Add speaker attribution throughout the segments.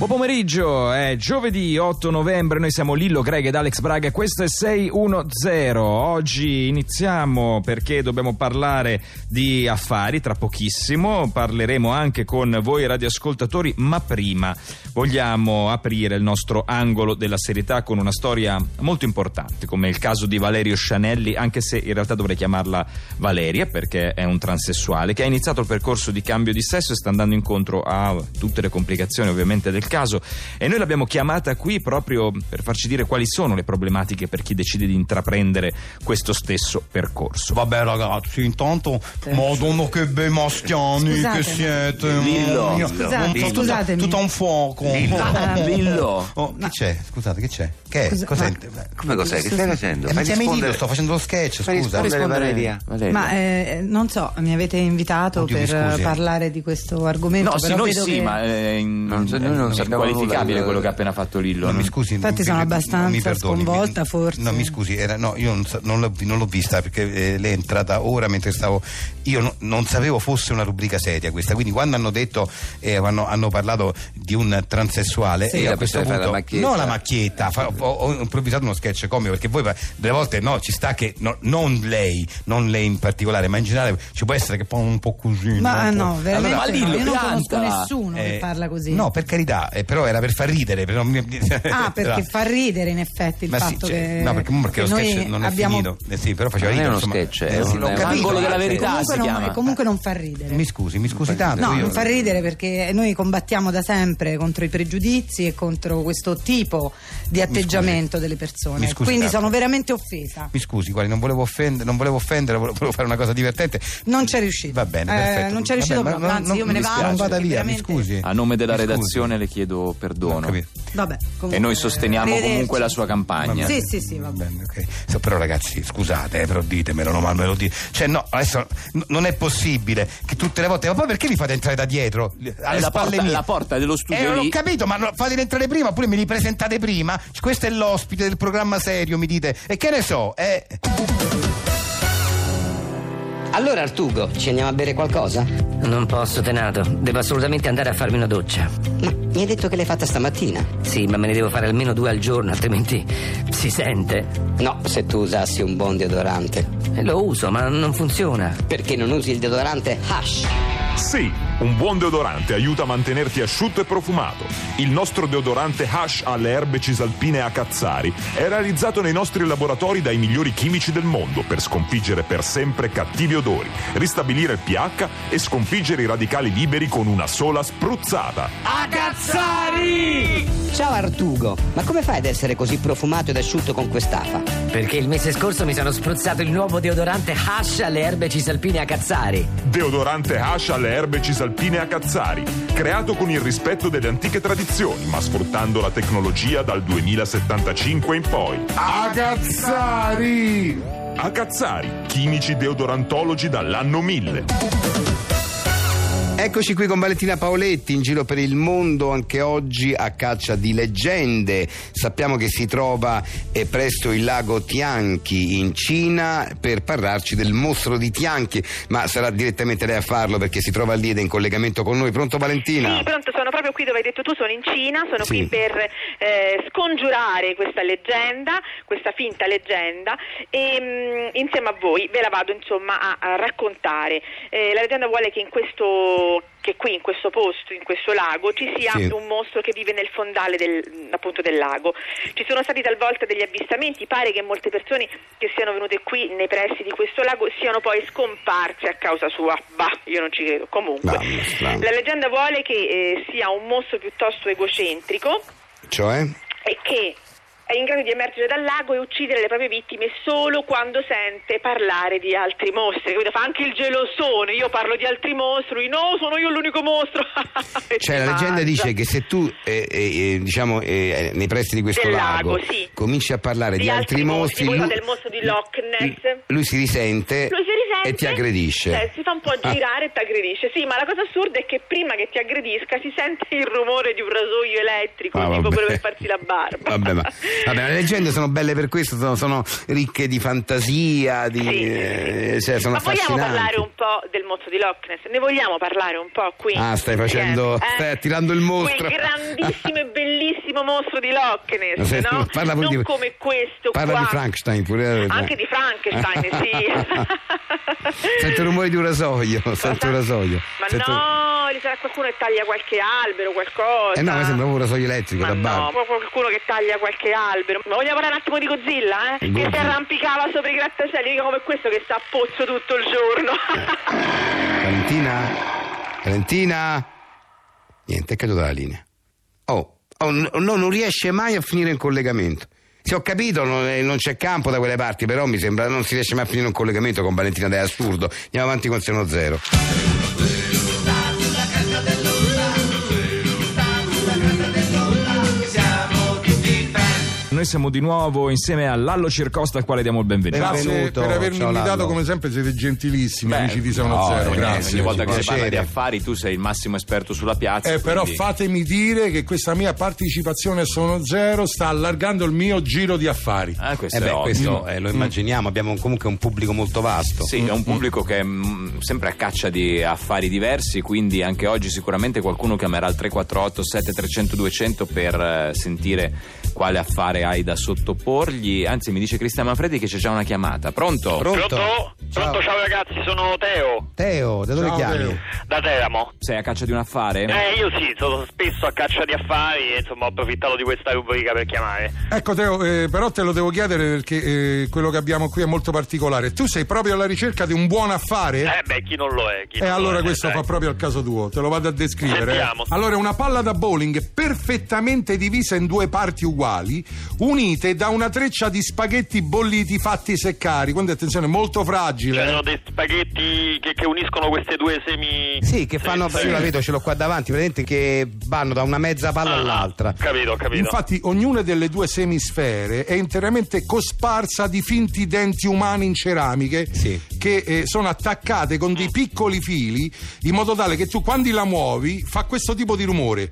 Speaker 1: Buon pomeriggio, è giovedì 8 novembre, noi siamo Lillo Greg ed Alex Braga, e questo è 610. Oggi iniziamo perché dobbiamo parlare di affari tra pochissimo, parleremo anche con voi radioascoltatori, ma prima vogliamo aprire il nostro angolo della serietà con una storia molto importante, come il caso di Valerio Scianelli, anche se in realtà dovrei chiamarla Valeria perché è un transessuale che ha iniziato il percorso di cambio di sesso e sta andando incontro a tutte le complicazioni ovviamente del caso e noi l'abbiamo chiamata qui proprio per farci dire quali sono le problematiche per chi decide di intraprendere questo stesso percorso.
Speaker 2: Vabbè ragazzi, intanto,
Speaker 3: Eh,
Speaker 2: madonna che bei maschiani
Speaker 3: Scusate.
Speaker 2: che siete. mamma
Speaker 4: Lillo,
Speaker 2: mia.
Speaker 4: Lillo.
Speaker 2: Non so, tutta-
Speaker 3: Scusatemi.
Speaker 2: Tutta un fuoco.
Speaker 4: Ah.
Speaker 3: eh,
Speaker 4: Lillo,
Speaker 2: Oh, che c'è? Scusate, che c'è? Che è?
Speaker 3: Scusa,
Speaker 2: Cos'è?
Speaker 3: ma-
Speaker 2: Eh,
Speaker 4: come cos'è? Che stai facendo?
Speaker 2: ma
Speaker 4: Fai
Speaker 2: chiami Lillo,
Speaker 4: rispondere-
Speaker 2: sto facendo lo sketch,
Speaker 4: fai
Speaker 2: scusa.
Speaker 4: rispondere
Speaker 3: Rispondere.
Speaker 4: Valeria. Valeria.
Speaker 3: Ma eh, non so, mi avete invitato
Speaker 2: Oddio, mi
Speaker 3: per eh,
Speaker 2: scusi.
Speaker 3: parlare di questo argomento.
Speaker 5: No, sì,
Speaker 3: però
Speaker 5: noi
Speaker 3: vedo
Speaker 5: sì,
Speaker 3: che-
Speaker 5: ma eh, in-
Speaker 4: Non so,
Speaker 5: è
Speaker 4: noi non sappiamo
Speaker 5: qualificabile
Speaker 4: nulla.
Speaker 5: quello che ha appena fatto Lillo.
Speaker 2: No,
Speaker 4: Mm.
Speaker 5: non-
Speaker 2: mi scusi,
Speaker 3: Infatti
Speaker 2: mi-
Speaker 3: sono
Speaker 2: mi-
Speaker 3: abbastanza
Speaker 2: mi perdoni,
Speaker 3: sconvolta,
Speaker 2: mi-
Speaker 3: forse.
Speaker 2: No, mi scusi, era- no, io non, sa- non l'ho, non l'ho vista perché eh, lei è entrata ora mentre stavo. Io no- non sapevo fosse una rubrica seria questa. Quindi quando hanno detto, eh, quando hanno parlato di un transessuale,
Speaker 4: Sì,
Speaker 2: e a
Speaker 4: la
Speaker 2: questo
Speaker 4: persona
Speaker 2: punto.
Speaker 4: fa la macchietta.
Speaker 2: No, la macchietta, fa- ho, ho improvvisato uno sketch comico perché voi pa- delle volte no, ci sta che no- non lei, non lei in particolare, ma in generale ci può essere che poi un po' così.
Speaker 3: Ma ah,
Speaker 2: un po'-
Speaker 3: no, veramente
Speaker 5: ma Lillo,
Speaker 3: no, io non
Speaker 5: pianta.
Speaker 3: conosco nessuno
Speaker 2: Eh,
Speaker 3: che parla così.
Speaker 2: No, per carità, eh, però era per far ridere. però mi-
Speaker 3: Ah, perché
Speaker 2: Era-
Speaker 3: fa ridere in effetti il
Speaker 2: eh, ma sì,
Speaker 3: fatto
Speaker 2: cioè,
Speaker 3: che.
Speaker 2: no, perché, perché
Speaker 3: che
Speaker 2: lo sketch
Speaker 3: noi
Speaker 2: non è
Speaker 3: abbiamo-
Speaker 2: finito. Eh, sì, però faceva
Speaker 4: Non è
Speaker 2: ridere,
Speaker 4: uno
Speaker 2: insomma.
Speaker 4: sketch,
Speaker 2: Eh,
Speaker 4: è
Speaker 2: sì,
Speaker 4: un-
Speaker 2: l'ho
Speaker 4: è un
Speaker 2: capito.
Speaker 5: angolo della verità.
Speaker 3: Comunque
Speaker 5: si
Speaker 3: non,
Speaker 5: chiama.
Speaker 3: comunque non fa ridere.
Speaker 2: Mi scusi, mi scusi tanto.
Speaker 3: No,
Speaker 2: io-
Speaker 3: non fa ridere perché noi combattiamo da sempre contro i pregiudizi e contro questo tipo di atteggiamento delle
Speaker 2: Mi
Speaker 3: persone.
Speaker 2: scusi
Speaker 3: Quindi
Speaker 2: tanto.
Speaker 3: sono veramente offesa.
Speaker 2: Mi scusi, guardi, non volevo offendere, non volevo, offendere volevo, volevo fare una cosa divertente.
Speaker 3: Non c'è riuscito.
Speaker 2: Va bene,
Speaker 3: Eh,
Speaker 2: perfetto.
Speaker 3: non c'è
Speaker 2: Va
Speaker 3: riuscito,
Speaker 2: bene, ma
Speaker 3: anzi,
Speaker 2: non-
Speaker 3: io me ne
Speaker 2: mi
Speaker 3: vado,
Speaker 2: dispiace. Non vada
Speaker 3: perché
Speaker 2: via, mi
Speaker 3: veramente-
Speaker 2: scusi.
Speaker 5: A nome della
Speaker 2: Mi scusi.
Speaker 5: redazione le chiedo
Speaker 2: Non
Speaker 5: perdono.
Speaker 2: capito.
Speaker 3: Vabbè, comunque,
Speaker 5: E noi sosteniamo
Speaker 3: arrivederci.
Speaker 5: comunque la sua campagna.
Speaker 3: Sì, sì, sì, va
Speaker 2: Va
Speaker 3: bene.
Speaker 2: bene, ok. So, però ragazzi, scusate, eh, però ditemelo, no, ma me lo dite. Cioè, no, adesso n- non è possibile che tutte le volte. Ma poi perché li fate entrare da dietro? Alle
Speaker 5: la
Speaker 2: spalle
Speaker 5: porta-
Speaker 2: mie?
Speaker 5: la porta dello studio
Speaker 2: Eh, non ho
Speaker 5: lì.
Speaker 2: capito, ma no, fateli entrare prima, oppure me li presentate prima. Cioè, Questo è l'ospite del programma serio, mi dite. E che ne so, eh.
Speaker 6: Allora Artugo,
Speaker 7: Ci andiamo a bere qualcosa?
Speaker 6: non posso tenato, devo assolutamente andare a farmi una doccia.
Speaker 7: Ma mi hai detto che l'hai fatta stamattina.
Speaker 6: Sì, ma me ne devo fare almeno due al giorno, altrimenti si sente.
Speaker 7: No, se tu usassi un buon deodorante.
Speaker 6: E Lo uso, ma non funziona.
Speaker 7: Perché non usi il deodorante Hash?
Speaker 8: Sì, un buon deodorante aiuta a mantenerti asciutto e profumato. Il nostro deodorante Hash alle erbe cisalpine a Cazzari è realizzato nei nostri laboratori dai migliori chimici del mondo per sconfiggere per sempre cattivi odori, ristabilire il pH e sconfiggere i radicali liberi con una sola spruzzata.
Speaker 7: Ciao Artugo, ma come fai ad essere così profumato ed asciutto con quest'afa?
Speaker 6: Perché il mese scorso mi sono spruzzato il nuovo deodorante Hash alle erbe cisalpine a Cazzari.
Speaker 8: Deodorante Hash alle erbe cisalpine a Cazzari, creato con il rispetto delle antiche tradizioni, ma sfruttando la tecnologia dal 2075 in poi. A Cazzari! A Cazzari, chimici deodorantologi dall'anno 1000.
Speaker 9: Eccoci qui con Valentina Paoletti in giro per il mondo anche oggi a caccia di leggende. Sappiamo che si trova eh, presso il lago Tianchi in Cina per parlarci del mostro di Tianchi, ma sarà direttamente lei a farlo perché si trova lì ed è in collegamento con noi. Pronto Valentina?
Speaker 10: Sì, pronto, sono proprio qui dove hai detto tu, sono in Cina, sono
Speaker 9: Sì.
Speaker 10: qui per eh, scongiurare questa leggenda, questa finta leggenda e mh, insieme a voi ve la vado insomma a, a raccontare. Eh, la leggenda vuole che in questo che qui in questo posto, in questo lago, ci sia
Speaker 9: Sì.
Speaker 10: un mostro che vive nel fondale del, mm, appunto del lago. Ci sono stati talvolta degli avvistamenti, pare che molte persone che siano venute qui nei pressi di questo lago siano poi scomparse a causa sua. Bah, io non ci credo. Comunque,
Speaker 9: Mamma mia.
Speaker 10: la leggenda vuole che eh, sia un mostro piuttosto egocentrico
Speaker 9: Cioè?
Speaker 10: e che è in grado di emergere dal lago e uccidere le proprie vittime solo quando sente parlare di altri mostri. Capito? Fa anche il gelosone, io parlo di altri mostri, lui, no, sono io l'unico mostro. E
Speaker 9: Cioè,
Speaker 10: ti
Speaker 9: la leggenda
Speaker 10: mangia.
Speaker 9: dice che se tu, eh, eh, eh, diciamo, eh, nei pressi di questo
Speaker 10: Del
Speaker 9: lago,
Speaker 10: lago, sì.
Speaker 9: cominci a parlare di, altri mostri,
Speaker 10: poi
Speaker 9: lui,
Speaker 10: fa del mostro di Loch Ness.
Speaker 9: lui si risente
Speaker 10: Lui si gente
Speaker 2: E ti aggredisce. Ah.
Speaker 10: eh, si fa un po' girare e ti aggredisce sì ma la cosa assurda è che prima che ti aggredisca si sente il rumore di un rasoio elettrico
Speaker 2: Ah,
Speaker 10: tipo
Speaker 2: vabbè.
Speaker 10: quello per farsi la barba
Speaker 2: Vabbè, ma, vabbè, le leggende sono belle per questo, sono, sono ricche di fantasia, di,
Speaker 10: Sì, sì, sì.
Speaker 2: eh, cioè, sono
Speaker 10: ma vogliamo
Speaker 2: affascinanti.
Speaker 10: parlare un po' del mozzo di Loch Ness? Ne vogliamo parlare un po' qui? Eh,
Speaker 2: Ah, stai facendo- stai attirando il mostro.
Speaker 10: Quel grandissimo e bellissimo mostro di Loch Ness,
Speaker 2: Se-
Speaker 10: no?
Speaker 2: parla pure
Speaker 10: non
Speaker 2: di-
Speaker 10: come questo
Speaker 2: parla
Speaker 10: qua.
Speaker 2: di Frankenstein pure eh,
Speaker 10: Anche di Frankenstein, sì.
Speaker 2: sento il rumore di un rasoio sento un rasoio
Speaker 10: Ma
Speaker 2: sento...
Speaker 10: no, lì sarà qualcuno che taglia qualche albero, qualcosa.
Speaker 2: eh no mi sembra un rasoio elettrico
Speaker 10: Ma
Speaker 2: da bar
Speaker 10: no, proprio qualcuno che taglia qualche albero. Ma vogliamo parlare un attimo di Godzilla, eh? Che si
Speaker 2: Godzilla.
Speaker 10: arrampicava sopra i grattacieli, mica come questo che sta a pozzo tutto il giorno.
Speaker 11: Eh.
Speaker 2: Valentina Valentina niente è caduta la linea oh, oh, n- no, non riesce mai a finire in collegamento se ho capito non, eh, non c'è campo da quelle parti però mi sembra non si riesce mai a finire un collegamento con Valentina ed è assurdo andiamo avanti con Seno Zero
Speaker 12: Noi siamo di nuovo insieme a Lallo Circosta, al quale diamo il benvenuto.
Speaker 2: Grazie Benvenuto.
Speaker 13: per avermi
Speaker 2: Ciao,
Speaker 13: invitato,
Speaker 2: Lallo.
Speaker 13: come sempre siete gentilissimi, amici di Sono
Speaker 1: no,
Speaker 13: Zero.
Speaker 1: ogni-
Speaker 13: Grazie.
Speaker 1: Ogni volta che si parla
Speaker 2: Piacere.
Speaker 1: di affari tu sei il massimo esperto sulla piazza.
Speaker 13: Eh, però
Speaker 1: quindi-
Speaker 13: fatemi dire che questa mia partecipazione a Sono Zero sta allargando il mio giro di affari.
Speaker 1: Ah, questo
Speaker 2: eh
Speaker 1: è
Speaker 2: beh,
Speaker 1: ovvio.
Speaker 13: mm.
Speaker 2: questo eh, lo immaginiamo abbiamo comunque un pubblico molto vasto
Speaker 1: Sì, è un pubblico che è mh, sempre a caccia di affari diversi, quindi anche oggi sicuramente qualcuno chiamerà il 348 7300 200 per eh, sentire quale affare hai da sottoporgli. Anzi, mi dice Cristian Manfredi che c'è già una chiamata. Pronto?
Speaker 2: pronto?
Speaker 11: Pronto? Pronto, ciao ragazzi, sono Teo
Speaker 2: Teo da dove
Speaker 13: Ciao,
Speaker 2: chiami?
Speaker 13: Teo.
Speaker 11: da Teramo.
Speaker 1: Sei a caccia di un affare?
Speaker 11: Eh, io sì, sono spesso a caccia di affari e insomma ho approfittato di questa rubrica per chiamare.
Speaker 13: Ecco Teo, eh, però te lo devo chiedere perché eh, quello che abbiamo qui è molto particolare. Tu sei proprio alla ricerca di un buon affare?
Speaker 11: Eh beh, chi non lo è? Chi
Speaker 13: E
Speaker 11: non lo
Speaker 13: allora
Speaker 11: è,
Speaker 13: questo
Speaker 11: dai.
Speaker 13: fa proprio al caso tuo, te lo vado a descrivere. eh.
Speaker 11: Sentiamo.
Speaker 13: Allora, è una palla da bowling perfettamente divisa in due parti uguali, unite da una treccia di spaghetti bolliti fatti seccare, quindi attenzione, molto fragile.
Speaker 11: Cioè, sono dei spaghetti che, che uniscono queste due semi...
Speaker 2: Sì, che fanno.
Speaker 11: Mm. sì.
Speaker 2: Io la vedo, ce l'ho qua davanti, praticamente che vanno da una mezza palla
Speaker 11: Ah,
Speaker 2: all'altra.
Speaker 11: Capito, capito.
Speaker 13: Infatti, ognuna delle due semisfere è interamente cosparsa di finti denti umani in ceramiche
Speaker 2: Sì.
Speaker 13: che eh, sono attaccate con
Speaker 11: Mm.
Speaker 13: dei piccoli fili in modo tale che tu quando la muovi fa questo tipo di rumore.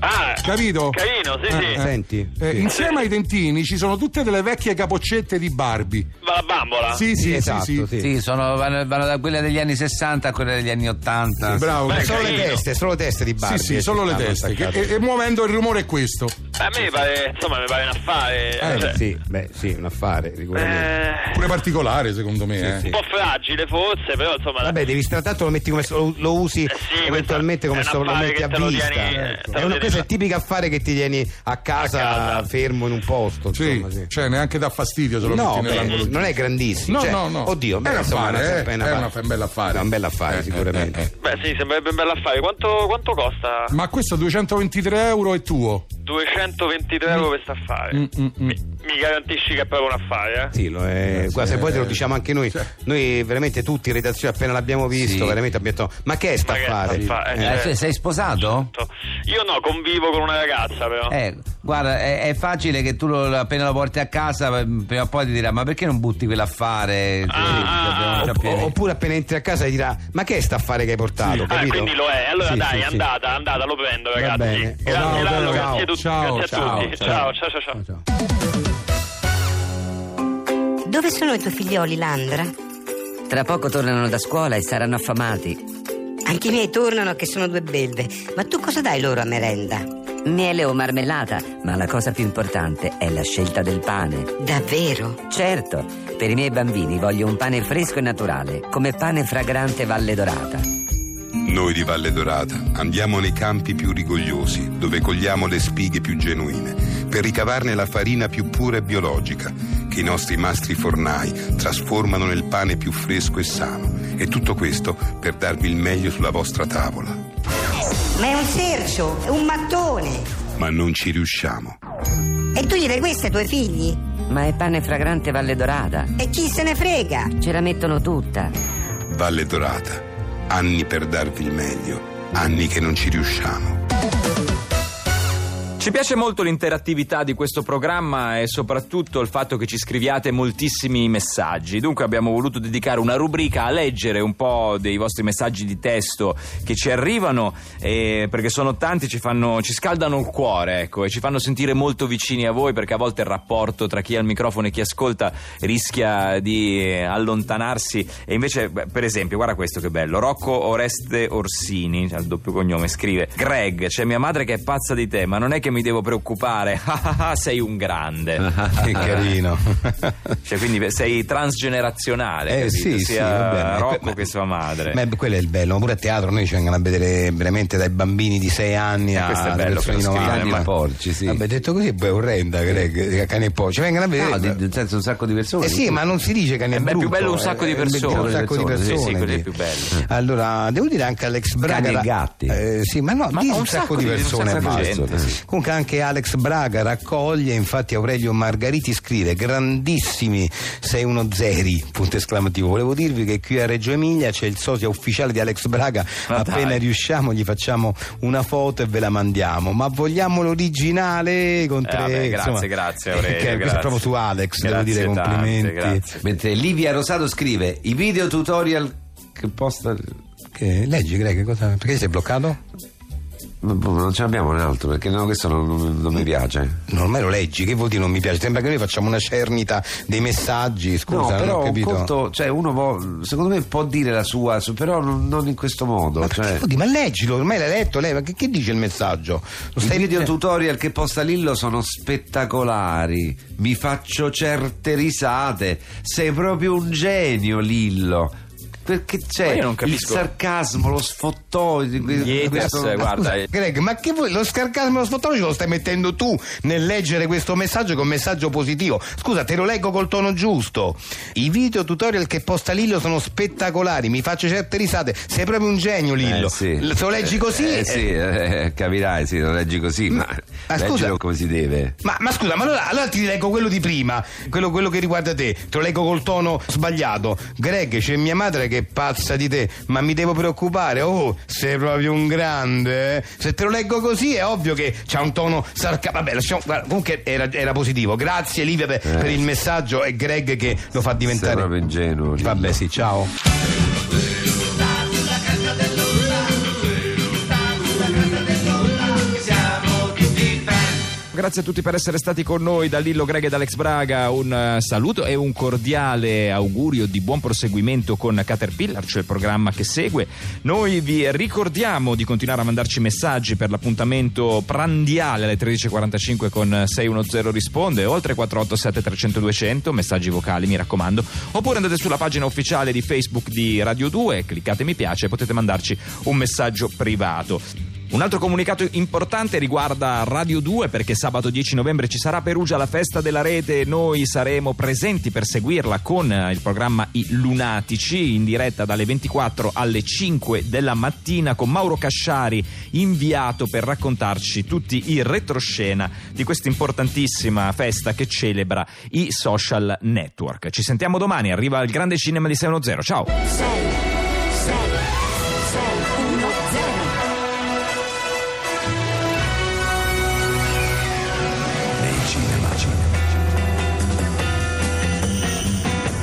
Speaker 11: ah,
Speaker 13: Capito?
Speaker 11: Carino, sì, sì.
Speaker 2: Senti.
Speaker 13: Eh, Insieme ai dentini ci sono tutte delle vecchie capoccette di Barbie.
Speaker 11: Ma la bambola?
Speaker 13: Sì, sì,
Speaker 2: esatto,
Speaker 13: sì, sì.
Speaker 14: Sì, sono, vanno, vanno da quella degli anni 60 a quella degli anni 80.
Speaker 13: Bravo.
Speaker 11: Beh,
Speaker 2: Solo le
Speaker 11: carino.
Speaker 2: teste, solo le teste di Barbie.
Speaker 13: Sì, sì,
Speaker 2: eh,
Speaker 13: solo le
Speaker 2: stanno
Speaker 13: teste.
Speaker 2: attaccate.
Speaker 13: E, e muovendo il rumore è questo.
Speaker 11: A me pare, insomma, mi pare un affare.
Speaker 13: Eh,
Speaker 11: cioè,
Speaker 2: Eh, sì, beh, sì, un affare, sicuramente.
Speaker 11: eh,
Speaker 13: Pure particolare, secondo me. eh.
Speaker 11: un po' fragile forse, però insomma...
Speaker 2: Vabbè, devi stra- tanto lo metti come lo, lo usi
Speaker 11: Eh sì,
Speaker 2: eventualmente come
Speaker 11: questo è un
Speaker 2: sovralmetti a
Speaker 11: affare che te lo
Speaker 2: vista.
Speaker 11: tieni, eh,
Speaker 2: ecco.
Speaker 11: te
Speaker 2: È
Speaker 11: lo
Speaker 2: una-
Speaker 11: tieni
Speaker 2: questo è
Speaker 11: là.
Speaker 2: il tipico affare che ti tieni a casa,
Speaker 11: casa.
Speaker 2: fermo in un posto.
Speaker 13: Sì,
Speaker 2: Insomma, sì.
Speaker 13: cioè neanche da fastidio se lo
Speaker 2: No,
Speaker 13: metti
Speaker 2: beh,
Speaker 13: nell'angolo.
Speaker 2: non è grandissimo.
Speaker 13: No,
Speaker 2: cioè,
Speaker 13: no, no.
Speaker 2: Oddio, beh,
Speaker 13: È un
Speaker 2: insomma,
Speaker 13: affare, eh,
Speaker 2: è
Speaker 13: è una- è un bel affare.
Speaker 2: È un bel affare,
Speaker 13: Eh, eh,
Speaker 2: sicuramente.
Speaker 13: eh, eh.
Speaker 11: Beh sì, sembrerebbe un bel affare. Quanto, quanto costa?
Speaker 13: Ma questo 223 euro è tuo.
Speaker 11: 223 euro per staffare.
Speaker 13: Mm, mm, mm.
Speaker 11: Mi garantisci che è proprio un affare, eh?
Speaker 2: Sì, lo è. Guarda, se
Speaker 13: eh.
Speaker 2: vuoi te lo diciamo anche noi. Noi veramente tutti in redazione appena l'abbiamo visto,
Speaker 14: Sì.
Speaker 2: veramente abbiamo detto "Ma che è sta
Speaker 11: Ma che
Speaker 2: affare?"
Speaker 11: affare,
Speaker 2: Eh,
Speaker 14: Eh,
Speaker 11: certo.
Speaker 14: se- sei sposato?
Speaker 11: Io no, convivo con una ragazza però.
Speaker 14: Eh, guarda, è, è facile che tu lo- appena lo porti a casa, eh, prima o poi ti dirà: Ma perché non butti quell'affare? Cioè,
Speaker 11: Ah,
Speaker 14: Sì,
Speaker 11: ah,
Speaker 14: l'abbiamo
Speaker 11: ah,
Speaker 14: già
Speaker 2: opp-
Speaker 14: pieni.
Speaker 2: oppure appena entri a casa e dirà "Ma che è sta affare che hai portato?"
Speaker 11: Ah,
Speaker 2: Capito?
Speaker 11: quindi lo è. Allora
Speaker 2: Sì,
Speaker 11: dai,
Speaker 2: sì, sì.
Speaker 11: andata, andata, lo prendo ragazzi.
Speaker 2: bene.
Speaker 11: Grazie
Speaker 13: Ciao,
Speaker 11: Lalo,
Speaker 13: ciao,
Speaker 11: grazie a tutti.
Speaker 13: ciao,
Speaker 11: grazie a tutti.
Speaker 13: ciao,
Speaker 11: Ciao, ciao, ciao. ciao.
Speaker 15: Dove sono i tuoi figlioli, Landra?
Speaker 7: Tra poco tornano da scuola e saranno affamati.
Speaker 15: Anche i miei tornano che sono due belve. Ma tu cosa dai loro a merenda?
Speaker 7: Miele o marmellata, ma la cosa più importante è la scelta del pane.
Speaker 15: Davvero?
Speaker 7: Certo, per i miei bambini voglio un pane fresco e naturale, come pane fragrante Valle Dorata.
Speaker 16: Noi di Valle Dorata andiamo nei campi più rigogliosi, dove cogliamo le spighe più genuine, per ricavarne la farina più pura e biologica, che i nostri mastri fornai trasformano nel pane più fresco e sano. E tutto questo per darvi il meglio sulla vostra tavola.
Speaker 15: Ma è un sercio, è un mattone.
Speaker 16: Ma non ci riusciamo.
Speaker 15: E tu gli dai questo ai tuoi figli?
Speaker 7: Ma è pane fragrante Valle Dorata.
Speaker 15: E chi se ne frega?
Speaker 7: Ce la mettono tutta.
Speaker 16: Valle Dorata, anni per darvi il meglio, anni che non ci riusciamo.
Speaker 5: Ci piace molto l'interattività di questo programma e soprattutto il fatto che ci scriviate moltissimi messaggi. Dunque abbiamo voluto dedicare una rubrica a leggere un po' dei vostri messaggi di testo che ci arrivano eh, perché sono tanti, ci, fanno- ci scaldano il cuore ecco, e ci fanno sentire molto vicini a voi perché a volte il rapporto tra chi ha il microfono e chi ascolta rischia di eh, allontanarsi e invece beh, per esempio guarda questo che bello Rocco Oreste Orsini cioè il doppio cognome scrive Greg c'è mia madre che è pazza di te ma non è che mi devo preoccupare Ah, sei un grande Ah,
Speaker 2: Che carino.
Speaker 5: cioè quindi beh, sei transgenerazionale
Speaker 2: Eh,
Speaker 5: capito?
Speaker 2: sì, sì, va
Speaker 5: sia
Speaker 2: bene.
Speaker 5: Rocco
Speaker 2: Ma-
Speaker 5: che sua madre Eh,
Speaker 2: Ma quello è il bello, ma pure a teatro noi ci vengono a vedere veramente dai bambini di 6 anni a
Speaker 5: Eh, Questo è bello,
Speaker 2: persone di
Speaker 5: però
Speaker 2: 90
Speaker 5: scrivere, ma-
Speaker 14: porci, sì.
Speaker 2: Vabbè, detto così poi è orrenda, Greg, cane e porci. Ci vengono a vedere
Speaker 14: No, di- nel senso un sacco di persone.
Speaker 2: Eh sì, ma non si dice cane e
Speaker 5: Eh, beh, è più
Speaker 2: brutto.
Speaker 5: bello un sacco di
Speaker 2: eh, è più
Speaker 5: persone
Speaker 2: Un sacco di persone.
Speaker 5: sì sì così è
Speaker 2: sì.
Speaker 5: più bello
Speaker 2: Allora, devo dire anche Alex Braga.
Speaker 14: Cani e
Speaker 2: ra-
Speaker 14: gatti.
Speaker 2: Eh, sì, ma no,
Speaker 14: Ma
Speaker 2: di
Speaker 14: un
Speaker 2: un,
Speaker 14: sacco
Speaker 2: sacco di
Speaker 14: di- un
Speaker 2: persone.
Speaker 14: sacco di
Speaker 2: basta.
Speaker 14: gente, sì.
Speaker 2: Comunque anche Alex Braga raccoglie, infatti Aurelio Margariti scrive grandissimi 610, punto esclamativo. Volevo dirvi che qui a Reggio Emilia c'è il sosia ufficiale di Alex Braga,
Speaker 5: Ma dai.
Speaker 2: appena riusciamo gli facciamo una foto e ve la mandiamo. Ma vogliamo l'originale con
Speaker 5: Eh,
Speaker 2: tre...
Speaker 5: vabbè, grazie,
Speaker 2: insomma,
Speaker 5: grazie,
Speaker 2: eh,
Speaker 5: Aurelio,
Speaker 2: che- questo
Speaker 5: grazie.
Speaker 2: proprio su Alex, devo
Speaker 5: Grazie
Speaker 2: dire
Speaker 5: tante,
Speaker 2: complimenti.
Speaker 5: grazie.
Speaker 14: Mentre Livia Rosato scrive i video tutorial che posta.
Speaker 2: Che- leggi Greg, cosa... perché sei bloccato?
Speaker 14: Non, non ce l'abbiamo un altro perché no, questo non, non- non mi piace.
Speaker 2: No, ormai lo leggi, che vuol dire non mi piace? Sembra che noi facciamo una cernita dei messaggi, scusa,
Speaker 14: no,
Speaker 2: non
Speaker 14: però
Speaker 2: ho
Speaker 14: un
Speaker 2: capito.
Speaker 14: conto, cioè uno può, secondo me può dire la sua, su- però non, non in questo modo.
Speaker 2: Ma,
Speaker 14: cioè,
Speaker 2: che vuol dire? Ma leggilo, ormai l'hai letto, lei, ma che, che dice il messaggio? Lo
Speaker 14: I
Speaker 2: stai
Speaker 14: video
Speaker 2: leggendo
Speaker 14: tutorial che posta Lillo sono spettacolari, mi faccio certe risate, sei proprio un genio Lillo. Perché
Speaker 5: Ma
Speaker 14: c'è
Speaker 5: io non
Speaker 14: Cioè, il
Speaker 5: capisco.
Speaker 14: sarcasmo, lo sfottò di que-
Speaker 5: Yetis,
Speaker 14: questo-
Speaker 5: guarda eh,
Speaker 2: Greg, ma che vuoi? Lo scarcarmi lo sfottologico lo stai mettendo tu nel leggere questo messaggio che è un messaggio positivo. Scusa, te lo leggo col tono giusto. I video tutorial che posta Lillo sono spettacolari, mi faccio certe risate. Sei proprio un genio, Lillo.
Speaker 14: Eh, sì.
Speaker 2: L- Se lo leggi così.
Speaker 14: Eh,
Speaker 2: eh,
Speaker 14: sì, eh, capirai, sì, lo leggi così, ma,
Speaker 2: ma
Speaker 14: leggilo
Speaker 2: scusa.
Speaker 14: come si deve.
Speaker 2: Ma, ma scusa, ma allora, allora ti leggo quello di prima, quello, quello che riguarda te, te lo leggo col tono sbagliato. Greg, c'è mia madre che è pazza di te, ma mi devo preoccupare, oh, sei proprio un grande. eh. Se te lo leggo così è ovvio che c'ha un tono sarcastico. Vabbè, lasciamo, guarda, comunque era, era positivo. Grazie Livia per, per il messaggio e Greg che lo fa
Speaker 14: Eh. Sei
Speaker 2: diventare...
Speaker 14: proprio ingenuo. Lillo.
Speaker 2: Vabbè, sì, ciao.
Speaker 1: Grazie a tutti per essere stati con noi da Lillo Greg ed Alex Braga. Un eh, saluto e un cordiale augurio di buon proseguimento con Caterpillar, cioè il programma che segue. Noi vi ricordiamo di continuare a mandarci messaggi per l'appuntamento prandiale alle 13.45 con 610 Risponde, oltre 487 300 200, messaggi vocali mi raccomando, oppure andate sulla pagina ufficiale di Facebook di Radio 2, cliccate mi piace e potete mandarci un messaggio privato. Un altro comunicato importante riguarda Radio 2 perché sabato 10 novembre ci sarà a Perugia la festa della rete, noi saremo presenti per seguirla con eh, il programma I Lunatici in diretta dalle 24 alle 5 della mattina con Mauro Casciari inviato per raccontarci tutti i retroscena di questa importantissima festa che celebra i social network. Ci sentiamo domani, arriva il grande cinema di 610, ciao!
Speaker 17: 6 6 6 1 0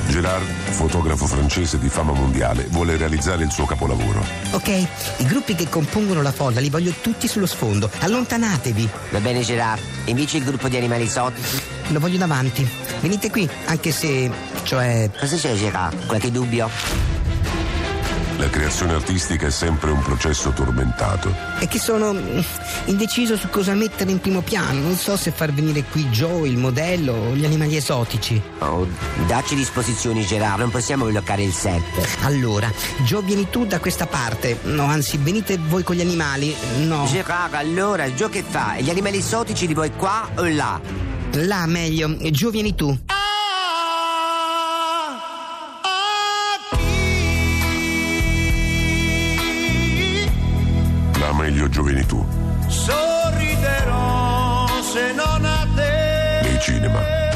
Speaker 16: Gerard, fotografo francese di fama mondiale, vuole realizzare il suo capolavoro.
Speaker 7: Ok, i gruppi che compongono la folla li voglio tutti sullo sfondo. Allontanatevi.
Speaker 15: Va bene Gerard, e invece il gruppo di animali esotici?
Speaker 7: Lo voglio davanti. Venite qui, anche se. cioè.
Speaker 15: Cosa c'è Gerard? Qualche dubbio?
Speaker 16: La creazione artistica è sempre un processo tormentato.
Speaker 7: È che sono mm, indeciso su cosa mettere in primo piano. Non so se far venire qui Joe, il modello o gli animali esotici.
Speaker 15: Oh, dacci disposizioni Gerard, non possiamo bloccare il set.
Speaker 7: Allora, Joe, vieni tu da questa parte. No, anzi, venite voi con gli animali. No.
Speaker 15: Gerard, allora, il gioco che fa? Gli animali esotici li vuoi qua o là?
Speaker 7: Là meglio. Joe, vieni tu.
Speaker 16: La meglio gioventù.
Speaker 18: Sorriderò se non a te.
Speaker 16: Nei cinema.